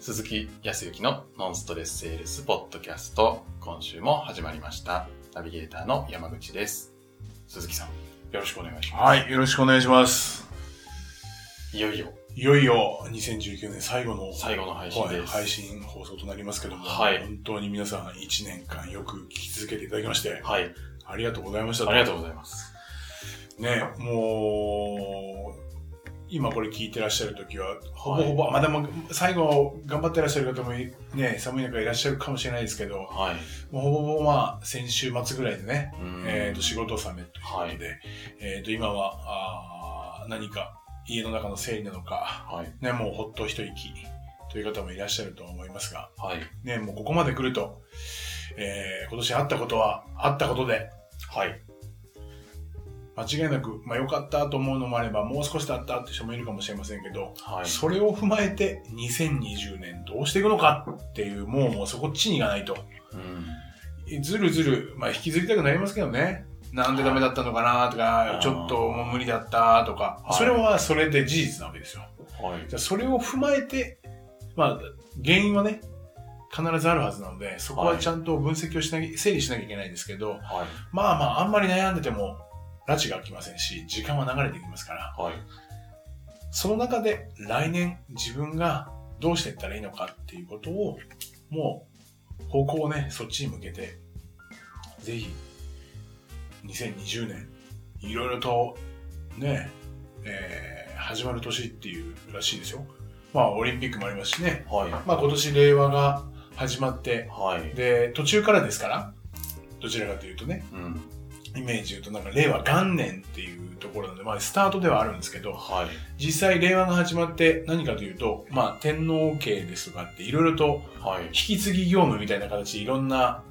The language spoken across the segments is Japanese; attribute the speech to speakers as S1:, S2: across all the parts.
S1: 鈴木康之のノンストレスセールスポッドキャスト今週も始まりましたナビゲーターの山口です鈴木さんよろしくお願いします、
S2: はい、よろしくお願いします。
S1: いよいよ
S2: いよいよ2019年最後の
S1: 最後の配信です、
S2: はい配信放送となりますけども、
S1: はい
S2: 本当に皆さん1年間よく聞き続けていただきまして、
S1: はい
S2: ありがとうございました。
S1: ありがとうございます
S2: ね、もう、今これ聞いてらっしゃる時は、ほぼほぼ、まあでも最後頑張ってらっしゃる方もいね、寒い中いらっしゃるかもしれないですけど、
S1: はい、
S2: もうほぼほぼまあ先週末ぐらいでね、
S1: うん
S2: えー、と仕事納めということで、えー、と今はあー何か家の中の整理なのか、
S1: はい
S2: ね、もうほっと一息という方もいらっしゃると思いますが、
S1: はい
S2: ね、もうここまで来ると、えー今年あったことはあったことで
S1: はい
S2: 間違いなく、まあ、良かったと思うのもあればもう少しだったって人もいるかもしれませんけど、
S1: はい
S2: それを踏まえて2020年どうしていくのかっていうもうもうそこっちに行かないと
S1: うん
S2: ずるずる、まあ、引きずりたくなりますけどね。なんでダメだったのかなとか
S1: あ、ー
S2: ちょっともう無理だったとか
S1: は、い
S2: それはそれで事実なわけですよ。
S1: はい
S2: じゃあそれを踏まえて、まあ、原因はね、必ずあるはずなので、そこはちゃんと分析をしなきゃ、整理しなきゃいけないんですけど、
S1: はい
S2: まあまあ、あんまり悩んでても、拉致が開きませんし、時間は流れていきますから、
S1: はい
S2: その中で来年自分がどうしていったらいいのかっていうことを、もう方向をね、そっちに向けて、ぜひ、2020年、いろいろとね、えー始まる年っていうらしいですよ。まあ、オリンピックもありますしね。
S1: はい
S2: まあ、今年令和が始まって、
S1: はい
S2: で、途中からですから、どちらかというとね、
S1: うん
S2: イメージで言うとなんか令和元年っていうところなので、まあ、スタートではあるんですけど、
S1: はい
S2: 実際令和が始まって何かというと、まあ、天皇家ですとかっていろいろと
S1: はい
S2: 引き継ぎ業務みたいな形でいろんな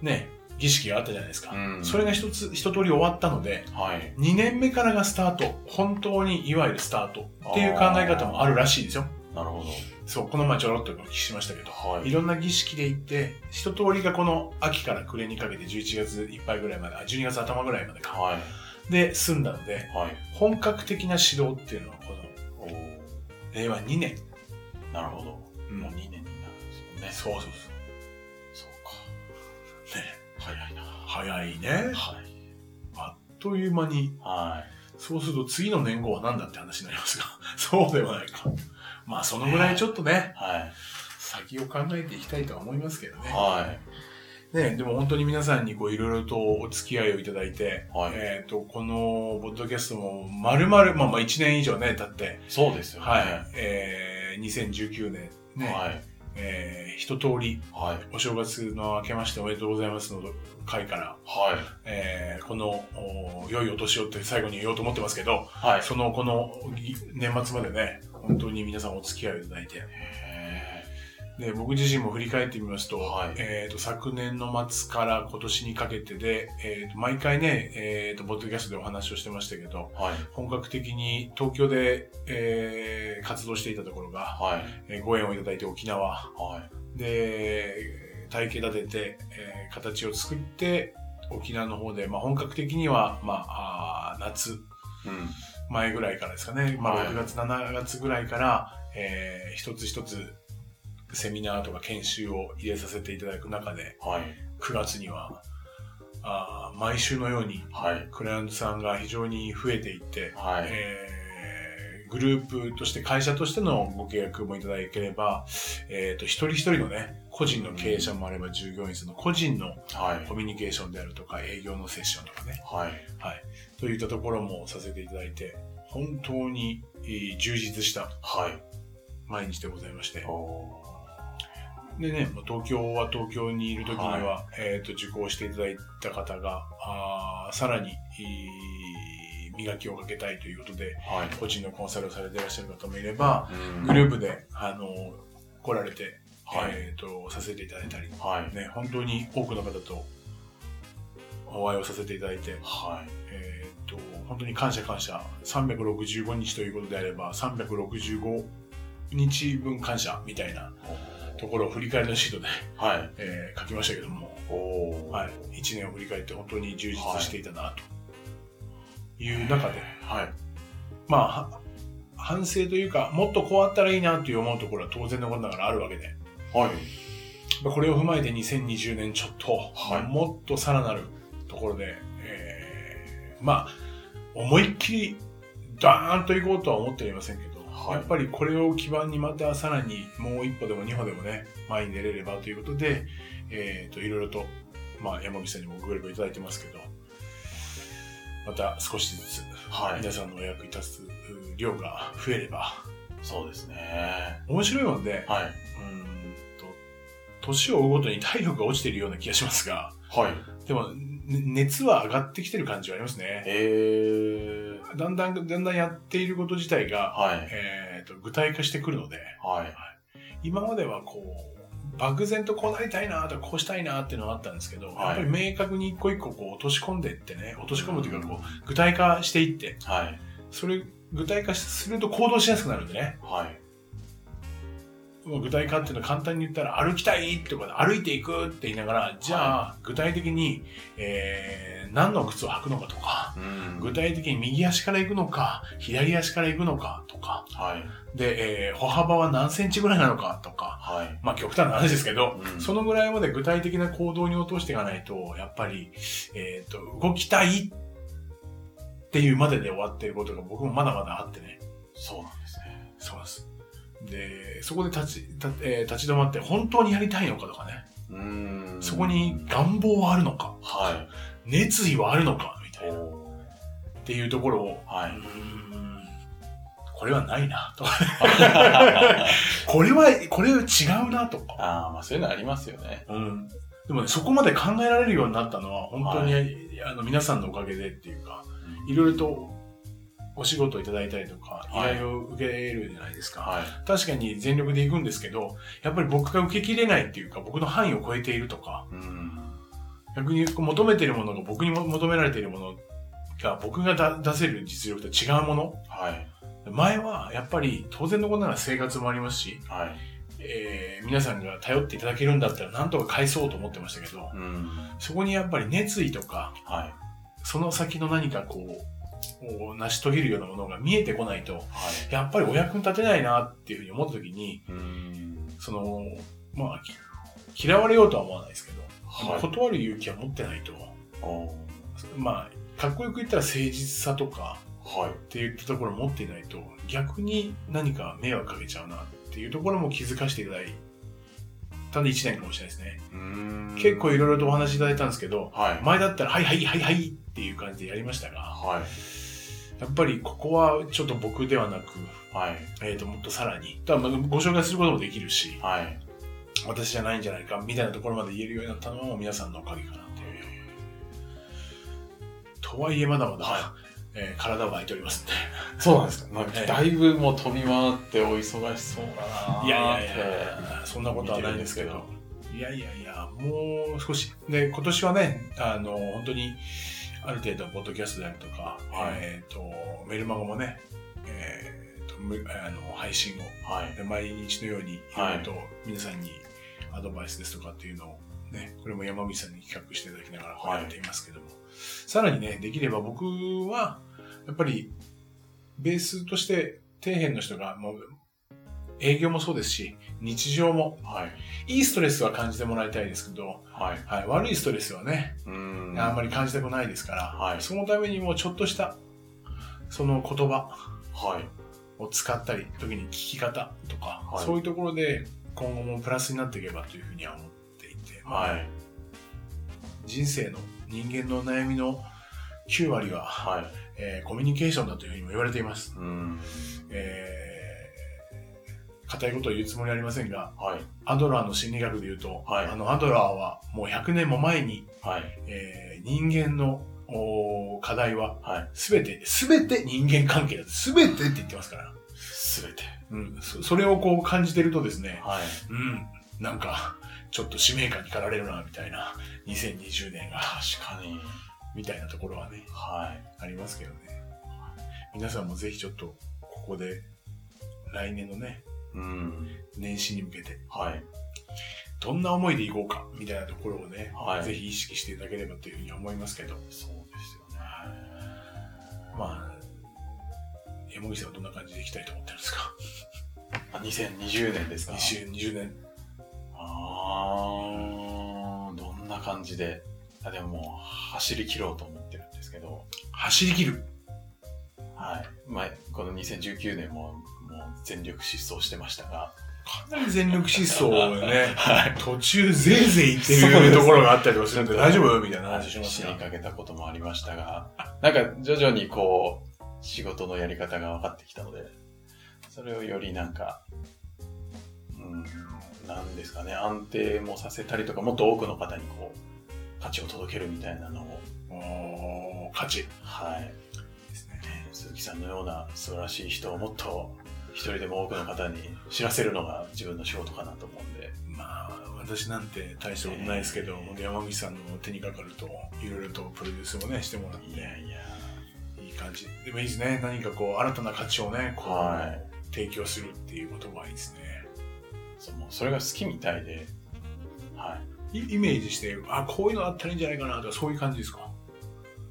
S2: ね儀式があったじゃないですか、
S1: うん
S2: それが一つ一通り終わったので
S1: はい
S2: 2年目からがスタート本当にいわゆるスタートっていう考え方もあるらしいですよ
S1: なるほ
S2: そうこの前ちょろっとお聞きしましたけど
S1: どはい
S2: いろんな儀式で行って一通りがこの秋から暮れにかけて11月いっぱいぐらいまであ12月頭ぐらいまでか
S1: はい
S2: で済んだので
S1: はい
S2: 本格的な指導っていうのはこの
S1: おー
S2: 令和2年
S1: なるほど
S2: うん
S1: もう2年になるんですよね
S2: そうそうそう。
S1: そう
S2: ね、
S1: か早いなは
S2: 早いね。
S1: い
S2: あっという間に、
S1: はい
S2: そうすると次の年号は何だって話になりますが、 そうではないか。まあ、そのぐらいちょっとね、
S1: はい
S2: 先を考えていきたいとは思いますけどね。
S1: は
S2: ね、でも本当に皆さんにこういろいろとお付き合いをいただいて、
S1: はい
S2: えっ、と、このポッドキャストも丸々、まあまあ1年以上ね、経って
S1: い、そうですよね
S2: はい、えー、2019年ね、
S1: はい
S2: えー一通り
S1: はい
S2: お正月の明けましておめでとうございますの回から、
S1: はい
S2: えーこのお良いお年をって最後に言おうと思ってますけど、
S1: はい
S2: そのこのぎ年末までね、本当に皆さんお付き合いをいただいて、
S1: へ
S2: で僕自身も振り返ってみますと、
S1: はい
S2: えー、と昨年の末から今年にかけてで、えー、と毎回ね、えー、とボッドキャストでお話をしてましたけど、
S1: ーはい
S2: 本格的に東京で、えー活動していたところが、
S1: はい
S2: えーご縁をいただいて沖縄、
S1: はい
S2: で体系立てて、えー形を作って沖縄の方で、まあ、本格的には、まあ、あー夏
S1: うん
S2: 前ぐらいからですかね、ま
S1: は
S2: あ、
S1: い
S2: 6月7月ぐらいから、えー一つ一つセミナーとか研修を入れさせていただく中で
S1: はい
S2: 9月にはあー毎週のように
S1: はい
S2: クライアントさんが非常に増えていって、
S1: はい
S2: えーグループとして会社としてのご契約もいただければ、えー、と一人一人のね個人の経営者もあれば従業員さんの個人の
S1: はい
S2: コミュニケーションであるとか営業のセッションとかね
S1: はい
S2: といったところもさせていただいて本当にえー充実した
S1: はい
S2: 毎日でございまして
S1: お
S2: でねもう東京は東京にいる時には、えー、と受講していただいた方があーさらにえー磨きをかけたいということで
S1: ーはい
S2: 個人のコンサルをされていらっしゃる方もいれば
S1: うん
S2: グループであの来られて、
S1: はい
S2: えー、とさせていただいたり、
S1: はい
S2: ね、本当に多くの方とお会いをさせていただいて
S1: はい
S2: えーっと、本当に感謝感謝。365日ということであれば、365日分感謝みたいなところを振り返りのシートで、
S1: はい
S2: えー書きましたけども、
S1: おお
S2: はいい、1年を振り返って本当に充実していたなという中で、
S1: はい
S2: まあ、は反省というか、もっとこうあったらいいなという思うところは当然のことながらあるわけで、
S1: はい。
S2: まあこれを踏まえて2020年ちょっと、
S1: はい
S2: もっとさらなるところで、えーまあ、思いっきりダーンといこうとは思ってはいませんけど、
S1: はい
S2: やっぱりこれを基盤にまたさらにもう一歩でも二歩でもね、前に出れればということで、えーと、いろいろと、まあ、山口さんにもご協力いただいてますけど、また少しずつ
S1: は
S2: 皆
S1: い。
S2: さんのお役に立つう量が増えれば、
S1: そうですね。
S2: 面白いもんで、
S1: はい。
S2: うーんと、年を追うごとに体力が落ちているような気がしますが、
S1: はい。
S2: でも、ね熱は上がってきてる感じはありますね。
S1: えー。
S2: だんだん、だんだんやっていること自体が、
S1: はい。
S2: えっ、と、具体化してくるので、
S1: はい。
S2: 今まではこう、漠然とこうなりたいなとか、こうしたいなっていうのがあったんですけど、
S1: はい
S2: やっぱり明確に一個一個こう落とし込んでいってね、落とし込むというか、こう、具体化していって、
S1: はい。
S2: それ、具体化すると行動しやすくなるんでね。
S1: はい。
S2: まあ具体化っていうのは簡単に言ったら歩きたいってこと歩いていくって言いながらじゃあ具体的に、えー何の靴を履くのかとか
S1: うん。
S2: 具体的に右足から行くのか左足から行くのかとか
S1: はい。
S2: で、えー歩幅は何センチぐらいなのかとか
S1: はい。
S2: まあ極端な話ですけど、
S1: うん
S2: そのぐらいまで具体的な行動に落としていかないとやっぱり、えー、と動きたいっていうまでで終わっていることが僕もまだまだあってね
S1: そうなんですね。
S2: そうです。で、そこで立ち、立えー立ち止まって、本当にやりたいのかとかね、
S1: うーん。
S2: そこに。願望はあるのか、
S1: は
S2: 熱意はあるのか、み
S1: い。
S2: たいな、っ
S1: おー
S2: ていうところを、
S1: は
S2: うー
S1: い。
S2: んこれはないな、とか、 これは、これは違うな、とか。
S1: ああ、まあそういうのありますよね。
S2: うんでもね、そこまで考えられるようになったのは、本当に、
S1: は
S2: あの皆さんのおかげでっていうか、いろいろとお仕事をいただいたりとか、依
S1: はい
S2: 頼を受けるじゃないですか。
S1: はい。
S2: 確かに全力で行くんですけど、やっぱり僕が受けきれないっていうか、僕の範囲を超えているとか、
S1: うん。
S2: 逆にこう求めているものが僕にも求められているものが、僕がだ出せる実力とは違うもの。
S1: はい。
S2: 前はやっぱり当然のことなら生活もありますし、
S1: はい。
S2: えー皆さんが頼っていただけるんだったらなんとか返そうと思ってましたけど、
S1: うん。
S2: そこにやっぱり熱意とか、
S1: はい。
S2: その先の何かこう、を成し遂げるようなものが見えてこないと、
S1: は
S2: やっぱりお役に立てないなっていうふうに思った時に、
S1: い。うん。
S2: その、まあ、き嫌われようとは思わないですけど、
S1: はい。
S2: 断る勇気は持ってないと、
S1: おー
S2: まあ、かっこよく言ったら誠実さとか
S1: はい。
S2: っていったところを持っていないと、逆に何か迷惑かけちゃうなっていうところも気づかせていただいたんで1年かもしれないですね。
S1: うん。
S2: 結構いろいろとお話いただいたんですけど、
S1: はい。
S2: 前だったら、はいはいはいはいっていう感じでやりましたが、
S1: はい。
S2: やっぱりここはちょっと僕ではなく、
S1: はい。
S2: えっ、と、もっとさらに、だからまあご紹介することもできるし、
S1: はい。
S2: 私じゃないんじゃないかみたいなところまで言えるようになったのも皆さんのおかげかなっていう。とはいえまだまだ、
S1: は
S2: えー体は空いておりますんで。
S1: そうなんですか。なんか
S2: ええ
S1: だいぶもう飛び回ってお忙しそうだなーって。
S2: いやいやいや、そんなことはないんですけ
S1: 見
S2: ど。いやいやいや、もう少し。で、今年はね、あの、本当に、ある程度、ポッドキャストであるとか、
S1: はい
S2: えっ、と、メルマガもね、えっ、とむあの、配信を
S1: はい。
S2: で毎日のようにいろいろと皆さんにアドバイスですとかっていうのをね、これも山口さんに企画していただきながらこう
S1: はい
S2: やっていますけども、さらにね、できれば僕は、やっぱり、ベースとして底辺の人が、もう、営業もそうですし、日常も、
S1: はい。
S2: いいストレスは感じてもらいたいですけど、
S1: はい。
S2: はい、悪いストレスはね、
S1: うん。
S2: あんま
S1: り。
S2: り感じたくないですから、
S1: はい
S2: そのためにもちょっとした、その言葉、
S1: はい。
S2: を使ったり時に聞き方とか、
S1: はい
S2: そういうところで今後もプラスになっていけばというふうには思っていて、まあ
S1: はい。
S2: 人生の人間の悩みの9割は、
S1: はい。
S2: えーコミュニケーションだというふうにも言われています、
S1: うん。
S2: えー、固いことを言うつもりはありませんが
S1: はい。
S2: アドラーの心理学で言うと、
S1: はい
S2: あのアドラーはもう100年も前に、
S1: はい。
S2: えー人間のおー課題は
S1: はい。
S2: 全て全て人間関係だ全てって言ってますから、
S1: すべて。
S2: うん、そそれをこう感じてるとですね、
S1: はい。
S2: うん、なんか、ちょっと使命感に駆られるな、みたいな、2020年が、
S1: 確かに。
S2: みたいなところはね、
S1: はい。
S2: ありますけどね。皆さんもぜひちょっと、ここで、来年のね、
S1: うん。
S2: 年始に向けて、
S1: はい。
S2: どんな思いでいこうか、みたいなところをね、
S1: はい
S2: ぜひ意識していただければというふうに思いますけど、
S1: そうですよね。
S2: まあ、山口さんはどんな感じでいきたいと思ってるんですか
S1: あ2020年ですか
S2: ?2020 年。
S1: あーどんな感じであでももう走り切ろうと思ってるんですけど、
S2: 走り切る。
S1: はいまあ、この2019年ももう全力疾走してましたが、
S2: かなり全力疾走を ね、
S1: はい、
S2: 途中ぜいぜい言って
S1: そうで
S2: る
S1: す
S2: ところがあったりとかするんで、大丈夫みたいな話しま
S1: 死
S2: す
S1: に
S2: ね。
S1: かけたこともありましたがなんか徐々にこう仕事のやり方が分かってきたのでそれをよりなんかうんなんですかね安定もさせたりとかもっと多くの方にこう価値を届けるみたいなのを
S2: おー、勝ち。
S1: はい
S2: ですね。
S1: 鈴木さんのような素晴らしい人をもっと一人でも多くの方に知らせるのが自分の仕事かなと思うんで、
S2: まあ、私なんて大したことないですけど、本当山口さんの手にかかると、いろいろとプロデュースもね、してもらって、
S1: いやいや、
S2: いい感じ。でもいいですね。何かこう、新たな価値をね、こう、
S1: は
S2: 提供するっていうことはいいですね。
S1: そもうそれが好きみたいで、はい、
S2: いイメージして、あ、こういうのあったらいいんじゃないかなとか、そういう感じですか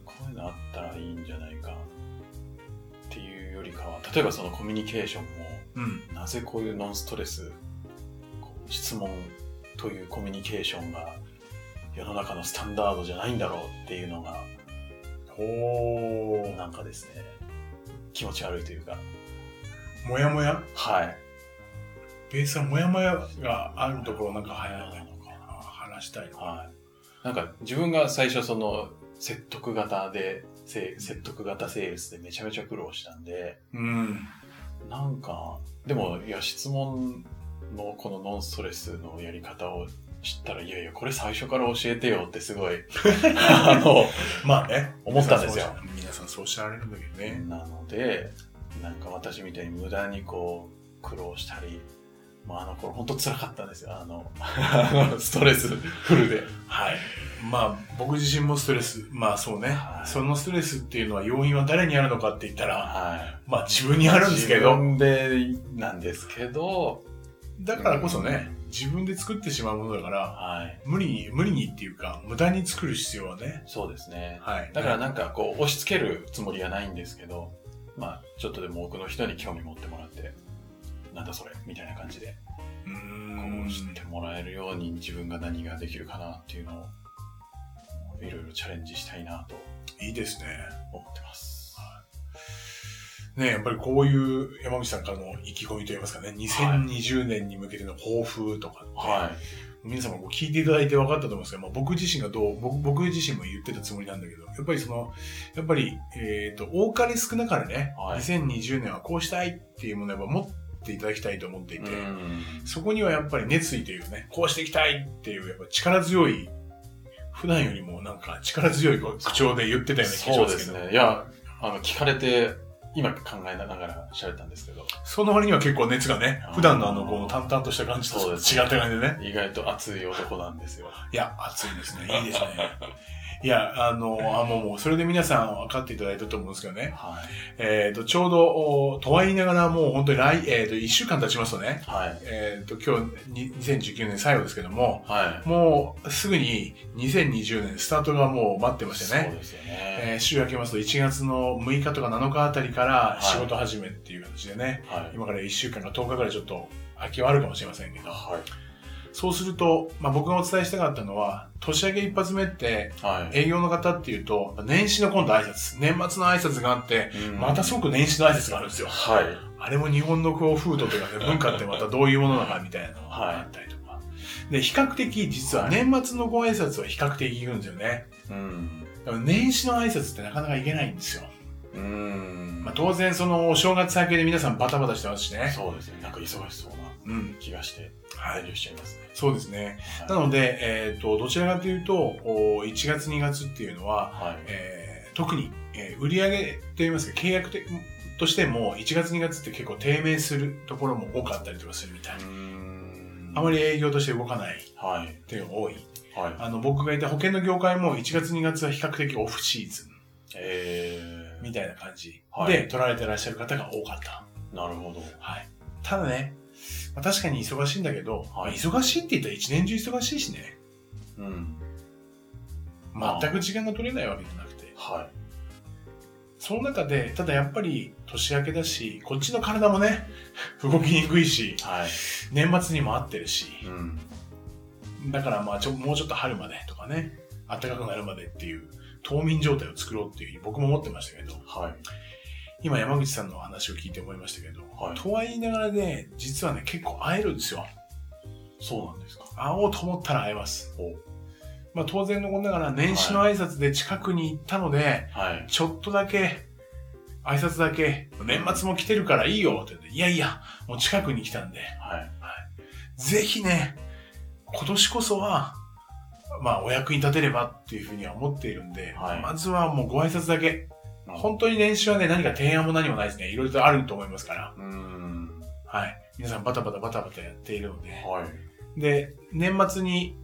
S1: こういうのあったらいいんじゃないかっていうよりかは、例えばそのコミュニケーションも、
S2: うん。
S1: なぜこういうノンストレス、こう質問というコミュニケーションが世の中のスタンダードじゃないんだろうっていうのが、
S2: おー。
S1: なんかですね、気持ち悪いというか、
S2: もやもや
S1: はい。
S2: ベースはもやもやがあるところなんか入らないの
S1: のか
S2: かな話したいのかな
S1: はい。なんか自分が最初その説得型で、せ説得型セールスでめちゃめちゃ苦労したんで、
S2: うん
S1: なんか、でも、いや、質問のこのノンストレスのやり方を知ったら、いやいや、これ最初から教えてよってす ごい、あの、
S2: まあね
S1: 思ったんですよ
S2: 皆さんそうおっしゃられるんだけどね
S1: なので、なんか私みたいに無駄にこう、苦労したり、まあ、あの頃本当辛かったんですよ。あの、 ストレスフルで。
S2: はいまあ僕自身もストレスまあそうね、
S1: はい
S2: そのストレスっていうのは要因は誰にあるのかって言ったら
S1: はい。
S2: まあ自分にあるんですけ
S1: 自
S2: ど
S1: 分でなんですけど、
S2: だからこそね自分で作ってしまうものだから
S1: はい。
S2: 無理に無理にっていうか無駄に作る必要はね
S1: そうですね。
S2: はい
S1: だからなんかこう押し付けるつもりはないんですけど、まあちょっとでも多くの人に興味持ってもらって、なんだそれみたいな感じで、
S2: うー
S1: こ
S2: ん
S1: う知ってもらえるように自分が何ができるかなっていうのを、いろいろチャレンジしたいなと
S2: いいですね
S1: 思ってます。
S2: ねやっぱりこういう山口さんからの意気込みといいますかね、2020年に向けての抱負とかって、
S1: はい。
S2: 皆様こう聞いていただいて分かったと思うんですけど、まあ、僕自身がどう僕、僕自身も言ってたつもりなんだけど、やっぱりその、やっぱり、えっ、と、多かれ少なかれね、
S1: はい
S2: 2020年はこうしたいっていうものをやっぱ持っていただきたいと思っていて、
S1: うん
S2: そこにはやっぱり熱意というね、こうしていきたいっていう、やっぱ力強い、普段よりもなんか力強い口調で言ってたような気がし
S1: そう
S2: ま
S1: です
S2: け
S1: す
S2: ど、
S1: ね。いや、あの、聞かれて、今考えながら喋ったんですけど、
S2: その割には結構熱がね
S1: あ、ー
S2: 普段のあの、この淡々とした感じと
S1: そう
S2: 違っ
S1: です
S2: た感じでね。
S1: 意外と熱い男なんですよ。
S2: いや、熱いで すね。いいですね。いや、あの、あもう、もう、それで皆さん分かっていただいたと思うんですけどね。
S1: はい。
S2: えっ、と、ちょうど、おとは言いながら、もう本当に来、えっ、と、1週間経ちますとね、
S1: はい。
S2: えっ、と、今日に、2019年最後ですけども、
S1: はい。
S2: もう、すぐに2020年スタートがもう待ってまして
S1: そう
S2: ね。
S1: ですよね。
S2: えー週明けますと1月の6日とか7日あたりから
S1: はい
S2: 仕事始めっていう形でね、
S1: はい。
S2: 今から1週間か10日ぐらいちょっと空きはあるかもしれませんけど、
S1: は
S2: そうすると、まあ、僕がお伝えしたかったのは、年明け一発目って、
S1: い。はい。
S2: 営業の方っていうと、年始の今度挨拶、年末の挨拶があって、
S1: うん
S2: また即年始の挨拶があるんですよ。
S1: はい。
S2: あれも日本のこう風土という かね、文化ってまたどういうものなのかみたいなの
S1: はい
S2: があったりとか。で、比較的、実は年末のご挨拶は比較的行くんですよね。
S1: うん。
S2: だから年始の挨拶ってなかなか行けないんですよ。
S1: うん。
S2: まあ、当然、その、お正月明けで皆さんバタバタしてますしね。
S1: そうですね。なんか忙しそうな
S2: うん。
S1: 気がして、
S2: は
S1: 遠
S2: い。
S1: 慮しちゃいますね。
S2: そうですね。な
S1: はい
S2: ので、えっ、と、どちらかというと、お1月2月っていうのは、
S1: はい。
S2: えー特に、えー売上といいますか、契約てとしても、1月2月って結構低迷するところも多かったりとかするみたい。
S1: うん
S2: あまり営業として動かないっ
S1: はい。
S2: ていうのが多い。
S1: はい。
S2: あの、僕がいた保険の業界も1月2月は比較的オフシーズン
S1: え
S2: みたいな感じ
S1: はい
S2: で取られてらっしゃる方が多かった。
S1: ー、なるほど。
S2: はい。ただね、まあ確かに忙しいんだけど、
S1: はい
S2: まあ忙しいって言ったら一年中忙しいしね、
S1: うん。
S2: 全く時間が取れないわけじゃなくて、
S1: はい。
S2: その中で、ただやっぱり年明けだし、こっちの体もね、 動きにくいし、
S1: はい。
S2: 年末にも合ってるし、
S1: うん。
S2: だからまあちょ、もうちょっと春までとかね、暖かくなるまでっていう、冬眠状態を作ろうっていう、僕も思ってましたけど、
S1: はい。
S2: 今山口さんのお話を聞いて思いましたけど、
S1: はい。
S2: とは言いながらね、実はね、結構会えるんですよ。
S1: そうなんですか。
S2: 会おうと思ったら会えます。
S1: お
S2: まあ当然のことながら、年始の挨拶で近くに行ったので、
S1: はい。
S2: ちょっとだけ、挨拶だけ、年末も来てるからいいよって言って、いやいや、もう近くに来たんで、
S1: はい。
S2: ぜひね、今年こそは、まあお役に立てればっていうふうには思っているんで、
S1: はい
S2: まずはもうご挨拶だけ。
S1: うん
S2: 本当に年始はね、何か提案も何もないですね。いろいろとあると思いますから。
S1: うーん。
S2: はい。皆さんバタバタバタバタやっているので。
S1: はい。
S2: で、年末に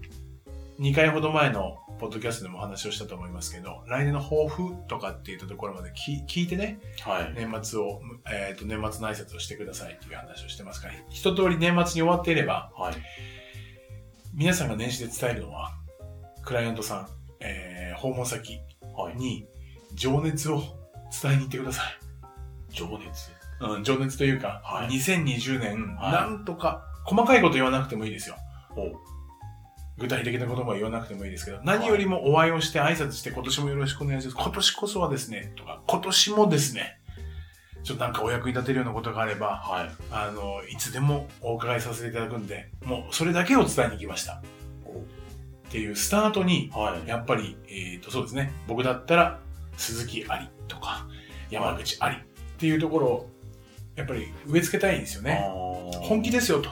S2: 2回ほど前のポッドキャストでもお話をしたと思いますけど、来年の抱負とかっていったところまで聞聞いてね、
S1: はい。
S2: 年末を、えっ、と、年末の挨拶をしてくださいっていう話をしてますから、一通り年末に終わっていれば、
S1: はい。
S2: 皆さんが年始で伝えるのは、クライアントさん、えー訪問先
S1: はい。
S2: に情熱を伝えに行ってください。
S1: 情熱。
S2: うん、情熱というか、
S1: はい
S2: 2020年、
S1: はい
S2: なんとか、細かいこと言わなくてもいいですよ。
S1: お
S2: 具体的なことも言わなくてもいいですけど、何よりもお会いをして挨拶して、今年もよろしくお願いします。今年こそはですね、とか、今年もですね、ちょっとなんかお役に立てるようなことがあれば、
S1: はい。
S2: あの、いつでもお伺いさせていただくんで、もうそれだけを伝えに来ました。っていうスタートに、
S1: はい。
S2: やっぱり、えっ、と、そうですね。僕だったら、鈴木ありとか、山口ありっていうところを、やっぱり植え付けたいんですよね。本
S1: 本
S2: 気ですよと。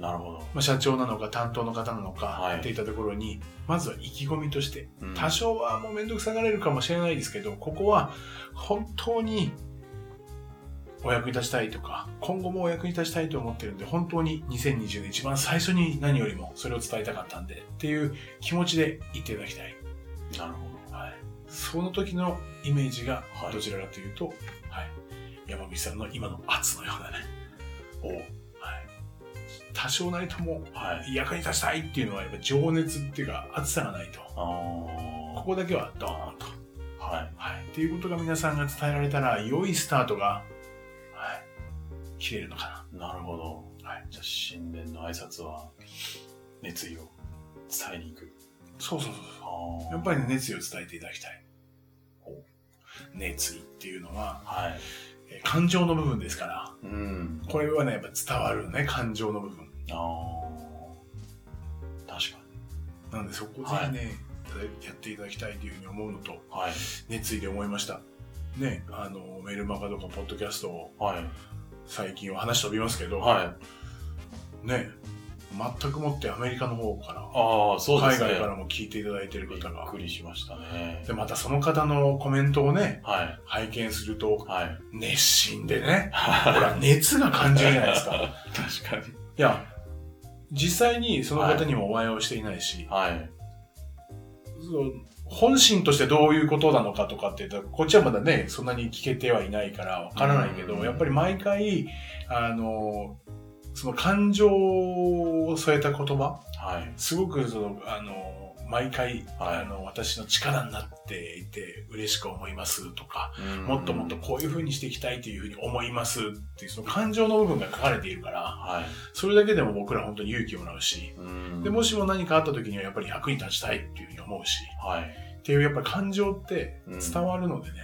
S1: なるほど。
S2: まあ、社長なのか担当の方なのか、
S1: はい
S2: っていったところに、まずは意気込みとして、
S1: うん
S2: 多少はもうめんどくさがれるかもしれないですけど、ここは本当にお役に立ちたいとか、今後もお役に立ちたいと思ってるんで、本当に2020年一番最初に何よりもそれを伝えたかったんで、っていう気持ちで言っていただきたい。
S1: なるほ
S2: はい、その時のイメージが
S1: はい
S2: どちらかというと、はい山口さんの今の圧のようなね、
S1: ど。お
S2: はい、多少なりとも
S1: はい。
S2: 役に立ちたいっていうのはやっぱ情熱っていうか熱さがないと、
S1: あ
S2: こ
S1: ー
S2: こだけはドーンと。
S1: はい。
S2: はい、っていうことが皆さんが伝えられたら、良いスタートが、はい、切れるのか
S1: なるほど。
S2: な。はい、
S1: じゃあ、新年の挨拶は、熱意を伝えに行く。
S2: そうそうそうそ
S1: あ
S2: う。
S1: ー
S2: やっぱりね熱意を伝えていただきたい
S1: ほう。
S2: 熱意っていうのは、
S1: はい。
S2: えー感情の部分ですから、
S1: うん。
S2: これはね、やっぱ伝わるね、感情の部分。
S1: あー確かに。
S2: なんでそこ
S1: は
S2: で
S1: い
S2: ね、やっていただきたいというふうに思うのと、
S1: はい。
S2: 熱意で思いました。ね、あの、メールマガとか、ポッドキャストを、
S1: はい。
S2: 最近は話飛びますけど、
S1: はい。
S2: ね、全くもってアメリカの方から、
S1: ああ、そうで
S2: 海
S1: すね。
S2: 外からも聞いていただいてる
S1: びっ
S2: 方が
S1: く。りしましたね。
S2: で、またその方のコメントをね、
S1: はい。
S2: 拝見すると、
S1: はい。
S2: 熱心でね、ほ
S1: ほ
S2: ら、熱が感じるじゃないです か。い
S1: 確かに。
S2: や、実際にその方にもお会いをしていないし、
S1: はい。
S2: そう本心としてどういうことなのかとかって言ったら、こっちはまだね、そんなに聞けてはいないからわからないけど
S1: う、ん
S2: やっぱり毎回、あの、その感情を添えた言葉、
S1: はい。
S2: すごくその、あの、毎回、
S1: はい
S2: あの、私の力になっていて嬉しく思いますとか、
S1: うん
S2: もっともっとこういう風にしていきたいという風に思いますっていう、その感情の部分が書かれているから、
S1: はい。
S2: それだけでも僕ら本当に勇気をもらうし、
S1: うん
S2: で、もしも何かあった時にはやっぱり役に立ちたいっていう風に思うし、
S1: はい。
S2: っていうやっぱり感情って
S1: うん
S2: 伝わるのでね、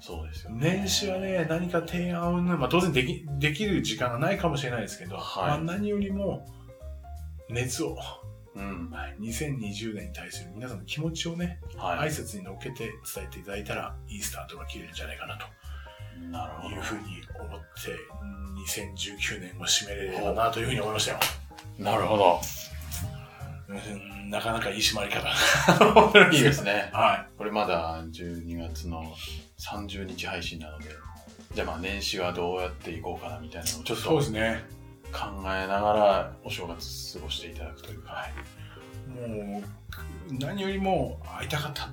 S1: そうですよ
S2: 年始はね、何か提案をね、まあ当然でき、できる時間がないかもしれないですけど、
S1: はい
S2: まあ何よりも、熱を、
S1: うん。
S2: はい、2020年に対する皆さんの気持ちをね、
S1: は
S2: 挨
S1: い。
S2: 拶に乗っけて伝えていただいたら、いいスタートが切れるんじゃないかなと
S1: なるほ
S2: いうふうに思って、うん2019年を締めれればなというふうに思いましたよ。
S1: ど。なるほど。
S2: うんなかなかいい締まり方。
S1: いいですね。
S2: は
S1: これまだ12月の30日配信なので、じゃあまあ年始はどうやっていこうかなみたいなのをちょ
S2: い。
S1: っと
S2: そう
S1: 考
S2: ですね。
S1: えながらお正月過ごしていただくというか、
S2: もう、何よりも会いたかった。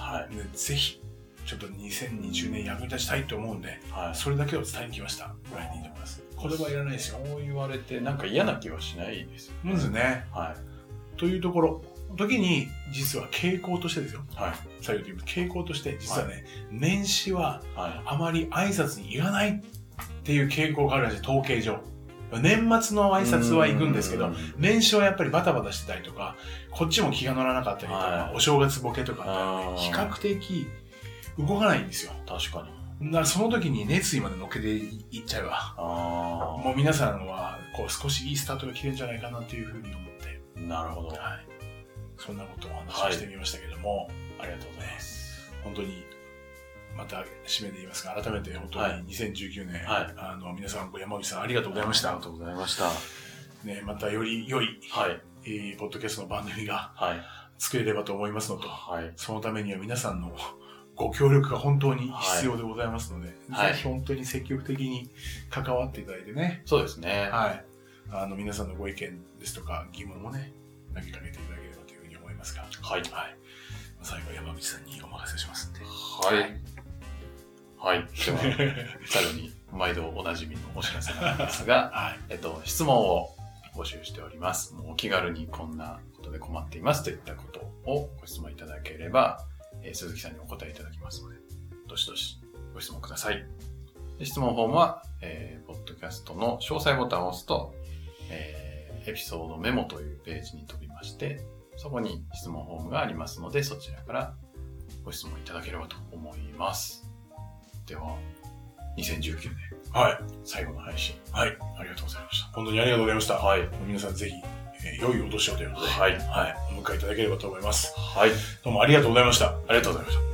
S1: はい。
S2: ねぜひ、ちょっと2020年役に立ちたいと思うんで、
S1: はい。
S2: それだけを伝えに来ました。ぐらいでいいと思います。これはいらないですよ。
S1: そう言われて、なんか嫌な気はしないですよ
S2: まずね、
S1: はい。
S2: というところ、時に、実は傾向としてですよ。
S1: はい。
S2: 採用というか傾向として、実はね、年始は
S1: は
S2: あまり挨拶に行かないっていう傾向があるんですよ、統計上。年末の
S1: い。
S2: 挨拶は行くんですけ
S1: う
S2: ど、
S1: ん
S2: 年始はやっぱりバタバタしてたりとか、こっちも気が乗らなかったりとか、
S1: はい
S2: お正月ボケとかあ
S1: あ
S2: って、
S1: ー
S2: 比較的動かないんですよ。
S1: 確かに。
S2: だからその時に熱意まで乗っけていっちゃえば、
S1: あ
S2: もう皆さんはこう少しいいスタートが切れるんじゃないかなというふうに思って、
S1: あ。なるほど。
S2: はい、そんなことをお話をしてみましたけども、
S1: ありがとうございます。
S2: 本当にまた締めで言いますが改めて本当
S1: はい
S2: に2019年、
S1: はい
S2: あの皆さんご山口さんありがとうございまし
S1: あり
S2: た
S1: が、とうございました。
S2: ね、またより良い、
S1: はい。
S2: えーポッドキャストの番組が
S1: はい。
S2: 作れればと思いますのと
S1: はい。
S2: そのためには皆さんのご協力が本当に必要でございますので、
S1: はい
S2: ぜひ本当に積極的に関わっていただいてね、
S1: そうですね。
S2: はい、あの皆さんのご意見ですとか疑問もね投げかけていただければというふうに思いますが、はい
S1: はい。
S2: 最後は山口さんにお任せしますんで。
S1: はい。はい。では、最後に、毎度おなじみのお知らせなんですが、
S2: はい、
S1: えっと、質問を募集しております。もうお気軽にこんなことで困っていますといったことをご質問いただければ、えー鈴木さんにお答えいただきますので、どしどしご質問ください。で質問フォームは、えーポッドキャストの詳細ボタンを押すと、えーエピソードメモというページに飛びまして、そこに質問フォームがありますので、そちらからご質問いただければと思います。では、2019年
S2: はい、
S1: 最後の配信、
S2: はい、
S1: ありがとうございまし
S2: 本当にありがとうございました。
S1: た。はい。
S2: 皆さんぜひ、えー良いお年をということで、
S1: はい。
S2: はい、お迎えいただければと思います。
S1: はい。
S2: どうもありがとうございました。
S1: ありがとうございました。